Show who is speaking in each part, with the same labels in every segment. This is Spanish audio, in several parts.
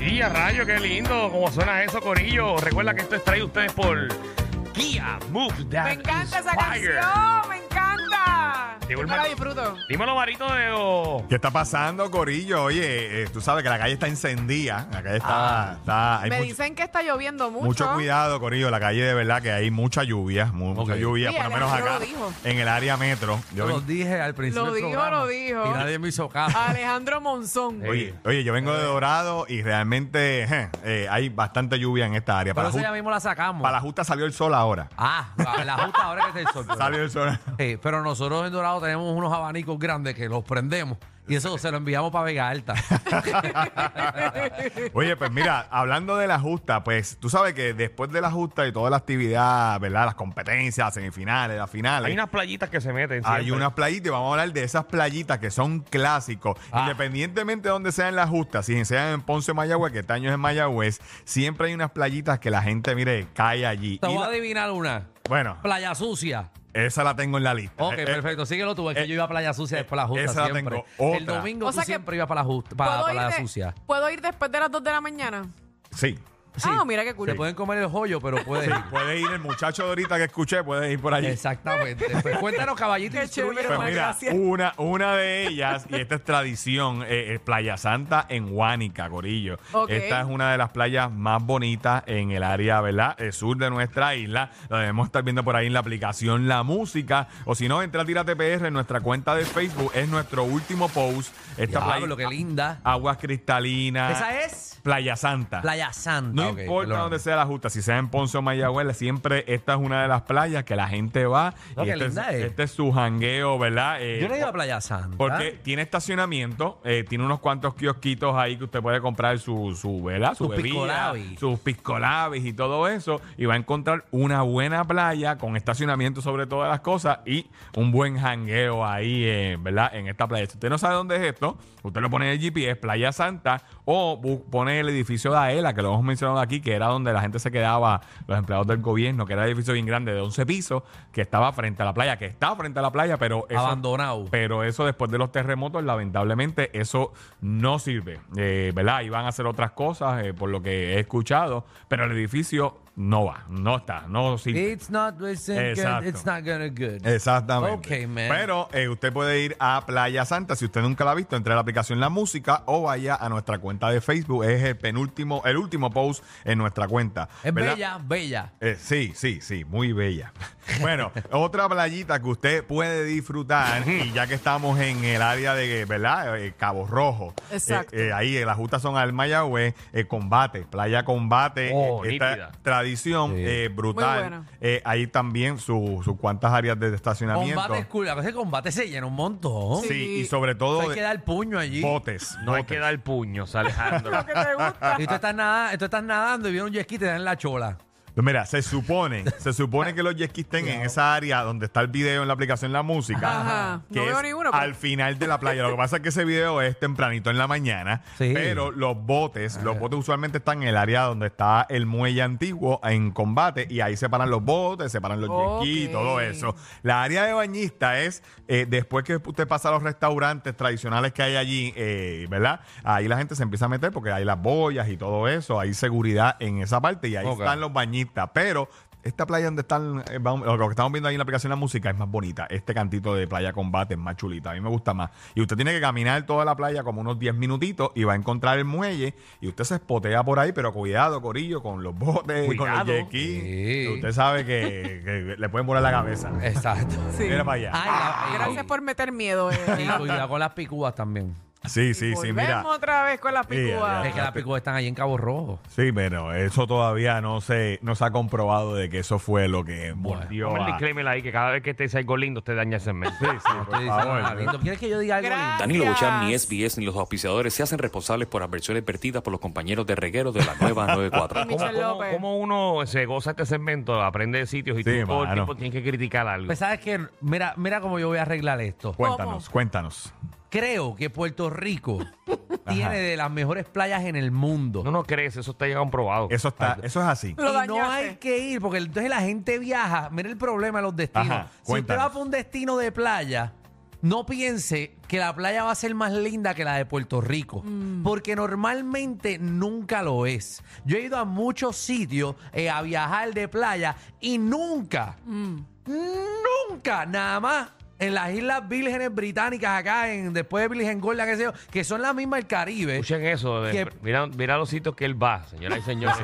Speaker 1: Y a rayo, qué lindo, como suena eso, Corillo. Recuerda que esto es traído a ustedes por Kia Move That
Speaker 2: Me encanta esa
Speaker 1: Inspire.
Speaker 2: canción, me encanta.
Speaker 1: Llegó
Speaker 2: Yo
Speaker 1: el
Speaker 2: me
Speaker 1: mar-
Speaker 2: la disfruto.
Speaker 1: Dímelo, Marito de O.
Speaker 3: ¿Qué está pasando, Corillo? Oye, eh, tú sabes que la calle está encendida. La calle
Speaker 4: Ah.
Speaker 3: está. está- hay
Speaker 2: Me
Speaker 3: mucho,
Speaker 2: dicen que está lloviendo mucho.
Speaker 3: mucho cuidado, Corillo. La calle de verdad que hay mucha lluvia, mu- mucha
Speaker 4: Ok. Oh,
Speaker 3: lluvia,
Speaker 2: Sí,
Speaker 3: por lo menos
Speaker 2: Alejandro
Speaker 3: acá
Speaker 2: lo dijo.
Speaker 3: en el área metro. Yo
Speaker 4: Yo lo
Speaker 3: ven-
Speaker 4: dije al principio.
Speaker 2: Lo
Speaker 4: del
Speaker 2: dijo,
Speaker 4: programa,
Speaker 2: lo dijo. Ah,
Speaker 4: Y nadie me hizo caso.
Speaker 2: Alejandro Monzón.
Speaker 4: Eh,
Speaker 3: oye, oye, yo vengo de Dorado y realmente je, eh, hay bastante lluvia en esta área.
Speaker 4: Pero
Speaker 3: Para,
Speaker 4: eso
Speaker 3: ju-
Speaker 4: ya mismo la sacamos.
Speaker 3: para la justa salió el sol ahora.
Speaker 4: Ah, la, la justa ahora que está el sol. pero-
Speaker 3: Salió el sol.
Speaker 4: Sí, pero nosotros en Dorado tenemos unos abanicos grandes que los prendemos y eso se lo enviamos para Vega Alta.
Speaker 3: Oye, pues mira, hablando de la justa, pues tú sabes que después de la justa y toda la actividad, ¿verdad? Las competencias, las semifinales, las finales.
Speaker 1: Hay unas playitas que se meten.
Speaker 3: Hay
Speaker 1: siempre.
Speaker 3: unas playitas y vamos a hablar de esas playitas que son clásicos.
Speaker 4: Ah.
Speaker 3: Independientemente de donde sean las justas, si sean en Ponce, Mayagüez, que este año es en Mayagüez, siempre hay unas playitas que la gente, mire, cae allí.
Speaker 4: Te
Speaker 3: Y
Speaker 4: voy a
Speaker 3: la-
Speaker 4: adivinar una.
Speaker 3: bueno,
Speaker 4: Playa Sucia.
Speaker 3: esa la tengo en la lista.
Speaker 4: Ok,
Speaker 3: Eh, eh,
Speaker 4: perfecto. Síguelo tú. Es
Speaker 3: eh,
Speaker 4: que yo iba a Playa Sucia después de la justa
Speaker 3: esa la
Speaker 4: siempre.
Speaker 3: tengo. Otra.
Speaker 4: El domingo
Speaker 2: O
Speaker 4: tú
Speaker 2: sea que
Speaker 4: siempre ibas para la justa, para,
Speaker 2: ¿Puedo,
Speaker 4: para
Speaker 2: ir
Speaker 4: la
Speaker 2: de-
Speaker 4: sucia.
Speaker 2: ¿Puedo ir después de las 2 de la mañana?
Speaker 3: Sí.
Speaker 4: Sí.
Speaker 2: Ah, mira qué cool.
Speaker 4: Te pueden comer el joyo, pero puedes
Speaker 3: Sí,
Speaker 4: ir.
Speaker 3: puede ir el muchacho de ahorita que escuché, puede ir por allí.
Speaker 4: Exactamente. Pues cuéntanos, caballito.
Speaker 2: Qué
Speaker 4: instruye.
Speaker 2: chévere.
Speaker 3: Pues
Speaker 2: Muchas
Speaker 3: mira,
Speaker 2: gracias.
Speaker 3: una, una de ellas, y esta es tradición, eh, eh, Playa Santa en Huánica, Corillo.
Speaker 2: Ok.
Speaker 3: Esta es una de las playas más bonitas en el área, ¿verdad? El sur de nuestra isla. La debemos estar viendo por ahí en la aplicación La Música. O si no, entra a Tira TPR en nuestra cuenta de Facebook. Es nuestro último post. Esta
Speaker 4: Diablo, qué
Speaker 3: Pues playa. Ah.
Speaker 4: linda.
Speaker 3: Aguas cristalinas.
Speaker 4: Esa es
Speaker 3: Playa Santa.
Speaker 4: Playa Santa.
Speaker 3: No
Speaker 4: Mm, ah, Ok,
Speaker 3: importa
Speaker 4: perdóname.
Speaker 3: dónde sea la justa, si sea en Ponce o Mayagüez, siempre esta es una de las playas que la gente va.
Speaker 4: No,
Speaker 3: y
Speaker 4: qué
Speaker 3: este,
Speaker 4: linda
Speaker 3: es,
Speaker 4: es.
Speaker 3: este es su jangueo, ¿verdad? Eh,
Speaker 4: Yo no he ido a Playa Santa.
Speaker 3: porque tiene estacionamiento, eh, tiene unos cuantos kiosquitos ahí que usted puede comprar su, su ¿verdad? Su
Speaker 4: Sus
Speaker 3: bebida,
Speaker 4: piscolabis.
Speaker 3: sus piscolabis y todo eso. Y va a encontrar una buena playa con estacionamiento sobre todas las cosas y un buen jangueo ahí, eh, ¿verdad? En esta playa. Si usted no sabe dónde es esto, usted lo pone en el GPS, Playa Santa, o bu- pone el edificio de Aela, que lo hemos mencionado aquí, que era donde la gente se quedaba, los empleados del gobierno, que era el edificio bien grande de 11 pisos, que estaba frente a la playa, que está frente a la playa, pero... eso-
Speaker 4: Abandonado.
Speaker 3: pero eso después de los terremotos, lamentablemente, eso no sirve, eh, ¿verdad? Y van a hacer otras cosas, eh, por lo que he escuchado, pero el edificio no va, no está, no sirve.
Speaker 4: It's not, it's, not
Speaker 3: Exacto.
Speaker 4: good, it's not gonna good.
Speaker 3: Exactamente.
Speaker 4: Ok, man.
Speaker 3: Pero eh, usted puede ir a Playa Santa. Si usted nunca la ha visto, entre a la aplicación La Música o vaya a nuestra cuenta de Facebook. Es el penúltimo, el último post en nuestra cuenta.
Speaker 4: es
Speaker 3: ¿verdad?
Speaker 4: bella, bella.
Speaker 3: Eh, sí, sí, sí, muy bella. Bueno, otra playita que usted puede disfrutar, y ya que estamos en el área de, ¿verdad? Eh, Cabo Rojo.
Speaker 2: Exacto.
Speaker 3: Eh, eh, ahí eh, las justas son al Mayagüez, eh, combate, playa combate,
Speaker 1: Oh,
Speaker 3: eh, esta
Speaker 1: nítida.
Speaker 3: tradición
Speaker 4: Sí.
Speaker 3: eh,
Speaker 2: Muy
Speaker 3: brutal.
Speaker 2: buena.
Speaker 3: Eh, ahí también sus su cuantas áreas de estacionamiento.
Speaker 4: Combate es cool. A veces combate se llena un montón.
Speaker 3: Sí,
Speaker 2: Sí.
Speaker 3: y sobre
Speaker 4: Eso
Speaker 3: todo
Speaker 4: Hay que dar puño allí.
Speaker 3: botes.
Speaker 1: No hay
Speaker 3: botes.
Speaker 1: que dar puños, Alejandro.
Speaker 2: Lo que te gusta.
Speaker 4: Y tú estás, nada- tú estás nadando y viene un jet ski y te dan la chola.
Speaker 3: Pues Mira, se supone, se supone que los jet skis estén en esa área donde está el video en la aplicación La Música.
Speaker 2: Ajá.
Speaker 3: que
Speaker 2: No veo
Speaker 3: es
Speaker 2: ni uno, pero-
Speaker 3: Al final de la playa. Lo que pasa es que ese video es tempranito en la mañana.
Speaker 4: Sí.
Speaker 3: Pero los botes, los botes usualmente están en el área donde está el muelle antiguo en combate. Y ahí separan los botes, separan los
Speaker 2: Ok.
Speaker 3: jet skis y todo eso. La área de bañista es eh, después que usted pasa a los restaurantes tradicionales que hay allí, eh, ¿verdad? Ahí la gente se empieza a meter porque hay las boyas y todo eso. Hay seguridad en esa parte. Y ahí
Speaker 4: Ok.
Speaker 3: están los bañistas. Pero. Esta playa donde están, eh, vamos- lo que estamos viendo ahí en la aplicación de la música es más bonita. Este cantito de playa combate es más chulita. A mí me gusta más. Y usted tiene que caminar toda la playa como unos 10 minutitos y va a encontrar el muelle y usted se espotea por ahí, pero cuidado, corillo, con los botes, con los
Speaker 1: Cuidado.
Speaker 3: jet skis.
Speaker 4: Sí. Eh,
Speaker 3: Que Usted sabe que, que le pueden volar la cabeza.
Speaker 4: Exacto.
Speaker 2: Sí.
Speaker 3: Mira para allá.
Speaker 4: Ay, la-
Speaker 2: Ah, Gracias por meter miedo. eh.
Speaker 4: Y cuidado con las picúas también.
Speaker 3: Sí, sí, sí,
Speaker 2: Volvemos
Speaker 3: mira.
Speaker 2: otra vez con las
Speaker 3: Sí, ya,
Speaker 2: picúas.
Speaker 3: ya.
Speaker 4: Es que las picúas están allí en Cabo Rojo.
Speaker 3: Sí, pero eso todavía no se, no se ha comprobado de que eso fue lo que mordió.
Speaker 1: Ponme el
Speaker 3: a-
Speaker 1: disclaimer ahí, que cada vez que te dice algo lindo, usted daña el segmento.
Speaker 3: Sí, sí,
Speaker 4: Estoy
Speaker 3: por
Speaker 4: diciendo nada
Speaker 3: favor.
Speaker 4: "Ah, lindo. ¿Quieres que yo diga algo
Speaker 2: Gracias.
Speaker 4: lindo?
Speaker 5: Danilo Bocham, ni
Speaker 2: Gracias.
Speaker 5: SBS ni los auspiciadores se hacen responsables por adversiones vertidas por los compañeros de reguero de la nueva 94.
Speaker 2: Michelle
Speaker 1: ¿Cómo, cómo-
Speaker 2: López.
Speaker 1: cómo uno se goza este segmento, aprende de sitios y
Speaker 3: Sí,
Speaker 1: tú todo el
Speaker 3: mano.
Speaker 1: tiempo tienes que criticar algo?
Speaker 4: Pues sabes que, mira, mira cómo yo voy a arreglar esto.
Speaker 3: Cuéntanos, cuéntanos.
Speaker 4: Creo que Puerto Rico tiene de las mejores playas en el mundo.
Speaker 1: No, no crees, eso está ya comprobado.
Speaker 3: Eso está, eso es así.
Speaker 2: Lo
Speaker 4: y no
Speaker 2: dañaste.
Speaker 4: hay que ir, porque entonces la gente viaja. Mira el problema de los destinos.
Speaker 3: Ajá,
Speaker 4: si usted
Speaker 3: cuéntanos.
Speaker 4: va para un destino de playa, no piense que la playa va a ser más linda que la de Puerto Rico,
Speaker 2: Mm.
Speaker 4: porque normalmente nunca lo es. Yo he ido a muchos sitios eh, a viajar de playa y nunca,
Speaker 2: Mm.
Speaker 4: nunca, nada más. En las Islas Vírgenes Británicas, acá, en, después de Virgen Gorda, qué sé yo, que son las mismas del Caribe.
Speaker 6: Escuchen eso. de-
Speaker 4: Que-
Speaker 6: mira, mira los sitios que él va, señoras y señores.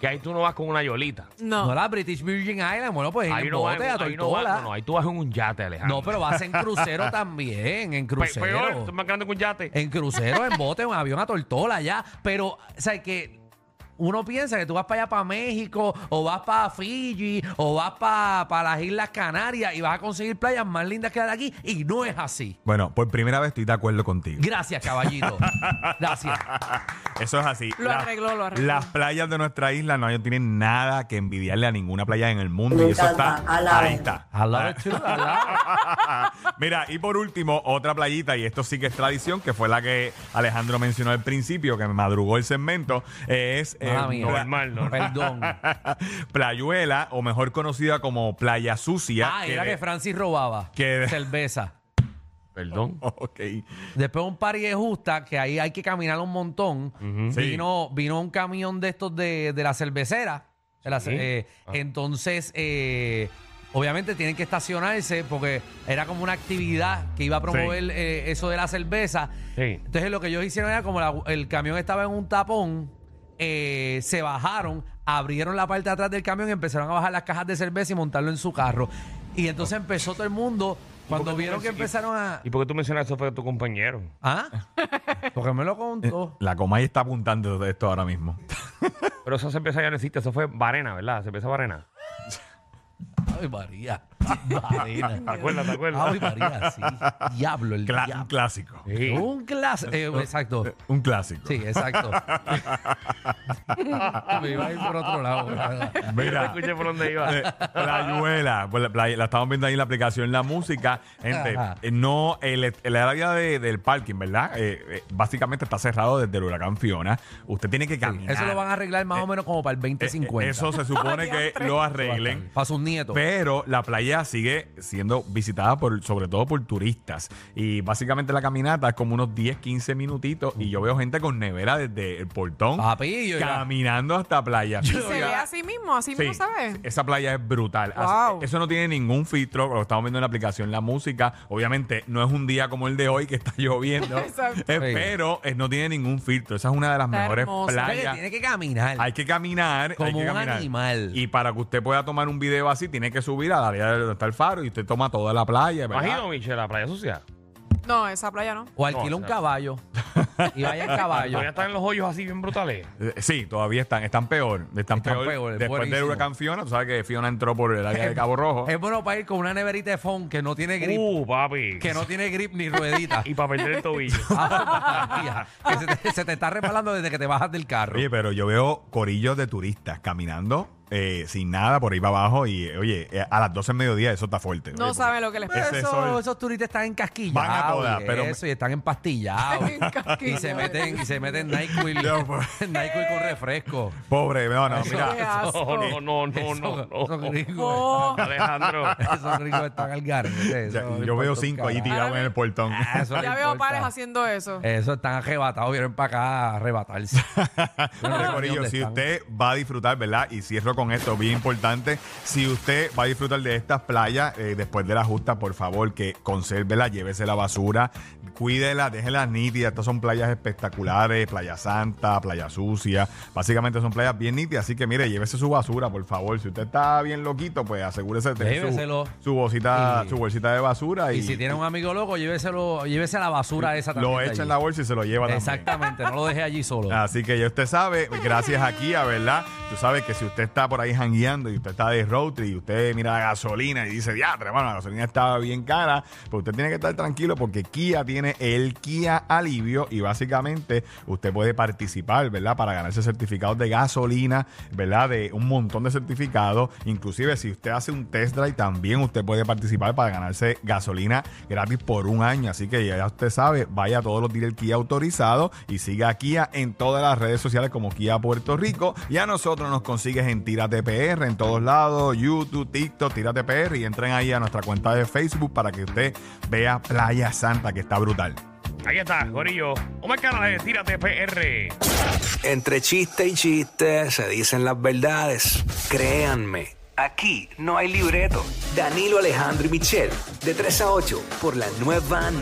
Speaker 6: Que ahí tú no vas con una yolita.
Speaker 2: No.
Speaker 4: No, la British Virgin Islands, bueno, pues en
Speaker 6: Ahí
Speaker 4: el
Speaker 6: no, vas,
Speaker 4: bote, a
Speaker 6: ahí no vas.
Speaker 4: Tortola.
Speaker 6: no, no, ahí tú vas en un yate, Alejandro.
Speaker 4: No, pero vas en crucero también, en
Speaker 6: Pe-
Speaker 4: crucero.
Speaker 6: Peor, esto es más grande que un yate.
Speaker 4: En crucero, en bote, en un avión a tortola ya. Pero, o sea, que uno piensa que tú vas para allá, para México, o vas para Fiji, o vas para las Islas Canarias y vas a conseguir playas más lindas que las de aquí. Y no es así.
Speaker 3: Bueno, por primera vez estoy de acuerdo contigo.
Speaker 4: Gracias, caballito. Gracias.
Speaker 3: Eso es así.
Speaker 2: Lo arregló, lo arregló.
Speaker 3: Las playas de nuestra isla no tienen nada que envidiarle a ninguna playa en el mundo. Y eso está. Ahí está.
Speaker 4: I love it too, I love it.
Speaker 3: Mira, y por último, otra playita, y esto sí que es tradición, que fue la que Alejandro mencionó al principio, que me madrugó el segmento, es eh,
Speaker 4: Mala mía.
Speaker 3: pla-
Speaker 6: Normal, normal.
Speaker 4: Perdón.
Speaker 3: Playuela, o mejor conocida como Playa Sucia.
Speaker 4: Ah, era
Speaker 3: de-
Speaker 4: que Francis robaba
Speaker 3: que de-
Speaker 4: cerveza.
Speaker 6: Perdón.
Speaker 3: Ok.
Speaker 4: Después un party de justa, que ahí hay que caminar un montón.
Speaker 3: Sí.
Speaker 4: vino, vino un camión de estos de, de la cervecera. de la ce-
Speaker 6: Sí. Ah.
Speaker 4: eh, Entonces, eh, obviamente tienen que estacionarse porque era como una actividad que iba a promover eh, eso de la cerveza.
Speaker 6: Sí.
Speaker 4: Entonces lo que ellos hicieron era como la- el camión estaba en un tapón, eh, se bajaron, abrieron la parte de atrás del camión y empezaron a bajar las cajas de cerveza y montarlo en su carro. Y entonces empezó todo el mundo, cuando
Speaker 6: tú
Speaker 4: vieron
Speaker 6: me-
Speaker 4: que
Speaker 6: y-
Speaker 4: empezaron a...
Speaker 6: ¿Y por qué tú mencionas eso fue de tu compañero?
Speaker 4: ¿Ah? Porque me lo contó.
Speaker 3: La Comay está apuntando de esto ahora mismo.
Speaker 6: Pero esa cerveza ya no existe, eso fue Varena, ¿verdad? Cerveza Varena.
Speaker 4: Ay, María. Marina.
Speaker 6: ¿Te acuerdas? ¿Te acuerdas?
Speaker 4: Ay, María, sí. Diablo, el
Speaker 3: Cla- un
Speaker 4: diablo.
Speaker 3: clásico.
Speaker 6: Sí.
Speaker 4: Un clásico. exacto.
Speaker 3: Un clásico.
Speaker 4: Sí, exacto. Me iba a ir por otro lado. ¿verdad?
Speaker 6: Te
Speaker 3: Mira.
Speaker 6: escuché por dónde iba.
Speaker 3: Eh, Playuela, pues, la, playa- la estamos viendo ahí en la aplicación La Música. Gente,
Speaker 4: Ajá.
Speaker 3: eh, no, el, el área de- del parking, ¿verdad? Eh, eh, básicamente está cerrado desde el huracán Fiona. Usted tiene que caminar.
Speaker 4: Eso lo van a arreglar más o menos como para el
Speaker 3: Eh, eh,
Speaker 4: 2050.
Speaker 3: Eso se supone que lo arreglen.
Speaker 4: Para sus nietos.
Speaker 3: Pero la playa sigue siendo visitada por, sobre todo por turistas. Y básicamente la caminata es como unos 10, 15 minutitos. Y yo veo gente con nevera desde el portón
Speaker 4: Papi, yo iba-
Speaker 3: caminando hasta playa.
Speaker 2: Y se ve así mismo, así mismo se ve.
Speaker 3: Esa playa es brutal. Así-
Speaker 2: Wow.
Speaker 3: Eso no tiene ningún filtro, lo estamos viendo en la aplicación, la música. Obviamente no es un día como el de hoy que está lloviendo,
Speaker 2: Exacto.
Speaker 3: eh,
Speaker 4: Sí.
Speaker 3: pero eh, no tiene ningún filtro. Esa es una de las
Speaker 2: Está
Speaker 3: mejores
Speaker 2: hermosa.
Speaker 4: O sea, que
Speaker 3: playas.
Speaker 4: tiene que caminar.
Speaker 3: Hay que caminar.
Speaker 4: Como
Speaker 3: hay que
Speaker 4: un
Speaker 3: caminar.
Speaker 4: animal.
Speaker 3: Y para que usted pueda tomar un video así, tiene que subir al área donde está el faro y usted toma toda la playa. ¿verdad?
Speaker 6: Imagino, Michelle, la playa sucia.
Speaker 2: No, esa playa no.
Speaker 4: O alquila
Speaker 6: No,
Speaker 4: un
Speaker 6: o sea-
Speaker 4: caballo. Y vaya en caballo.
Speaker 6: Todavía están en los hoyos así bien brutales.
Speaker 3: Eh, Sí, todavía están, están peor. Están,
Speaker 4: Están
Speaker 3: peor.
Speaker 4: peor, es
Speaker 3: Después del
Speaker 4: buenísimo.
Speaker 3: huracán Fiona, tú sabes que Fiona entró por el área de Cabo Rojo.
Speaker 4: Es bueno para ir con una neverita de phone que no tiene grip,
Speaker 6: Uh, papi.
Speaker 4: que no tiene grip ni ruedita.
Speaker 6: Y para perder el tobillo.
Speaker 4: Ah, María, que se te, se te está resbalando desde que te bajas del carro.
Speaker 3: Oye, pero yo veo corillos de turistas caminando eh, sin nada por ahí para abajo y, eh, oye, eh, a las 12 del mediodía eso está fuerte.
Speaker 2: No
Speaker 3: Oye,
Speaker 2: saben lo que les
Speaker 3: Ese
Speaker 4: Eso-
Speaker 3: sol.
Speaker 4: esos turistas están en
Speaker 3: Van a
Speaker 4: casquilla.
Speaker 3: todas, pero-
Speaker 4: eso, y están empastillados.
Speaker 2: Encasquillados.
Speaker 4: y se meten, y se meten Nike Will,
Speaker 3: No, pues.
Speaker 4: Nike Will con refresco.
Speaker 3: Pobre, no, no,
Speaker 4: Eso-
Speaker 2: Qué
Speaker 3: mira.
Speaker 2: asco.
Speaker 6: No, no, no,
Speaker 4: Eso-
Speaker 6: no,
Speaker 4: esos
Speaker 6: no.
Speaker 4: gringos,
Speaker 2: Oh,
Speaker 6: Alejandro.
Speaker 4: esos gringos están al garete. eso
Speaker 3: Ya,
Speaker 4: no
Speaker 3: yo
Speaker 4: importa
Speaker 3: veo
Speaker 4: un
Speaker 3: cinco allí
Speaker 4: carajo.
Speaker 3: tirados en el portón.
Speaker 4: Ah, eso no
Speaker 2: ya veo
Speaker 4: importa.
Speaker 2: pares haciendo eso.
Speaker 4: Eso están arrebatados, vienen para acá a arrebatarse. Yo no sé
Speaker 3: Mire,
Speaker 4: ni
Speaker 3: Corillo,
Speaker 4: dónde
Speaker 3: si
Speaker 4: están.
Speaker 3: usted va a disfrutar, ¿verdad? Y cierro con esto, bien importante. Si usted va a disfrutar de estas playas, eh, después de la justa, por favor, que consérvela, llévese la basura, cuídela, déjela nítida. Estas son playas espectaculares, Playa Santa, Playa Sucia. Básicamente son playas bien nítidas, así que mire, llévese su basura, por favor. Si usted está bien loquito, pues asegúrese de tener
Speaker 4: Lléveselo.
Speaker 3: su, su bolsita,
Speaker 4: Y-
Speaker 3: su bolsita de basura. Y,
Speaker 4: Y si tiene un amigo loco, lléveselo, llévese la basura esa también.
Speaker 3: lo
Speaker 4: de
Speaker 3: echa en
Speaker 4: allí.
Speaker 3: la bolsa y se lo lleva también. Ah,
Speaker 4: Exactamente, no lo dejé allí solo.
Speaker 3: Así que ya usted sabe, gracias a Kia, ¿verdad? Tú sabes que si usted está por ahí jangueando y usted está de road trip y usted mira la gasolina y dice, diatre, hermano, la gasolina estaba bien cara, pues usted tiene que estar tranquilo porque Kia tiene el Kia Alivio y básicamente usted puede participar, ¿verdad? Para ganarse certificados de gasolina, ¿verdad? De un montón de certificados. Inclusive si usted hace un test drive, también usted puede participar para ganarse gasolina gratis por un año. Así que ya usted sabe, vaya a todos los dealers Kia autorizados y siga a Kia en todas las redes sociales como Kia Puerto Rico. Y a nosotros nos consigues en Tírate PR en todos lados, YouTube, TikTok, Tírate PR y entren ahí a nuestra cuenta de Facebook para que usted vea Playa Santa, que está brutal.
Speaker 1: Ahí está, Gorillo. Omar Canales, tírate PR.
Speaker 7: Entre chiste y chiste se dicen las verdades. Créanme, aquí no hay libreto. Danilo Alejandro y Michel, de 3 a 8, por la nueva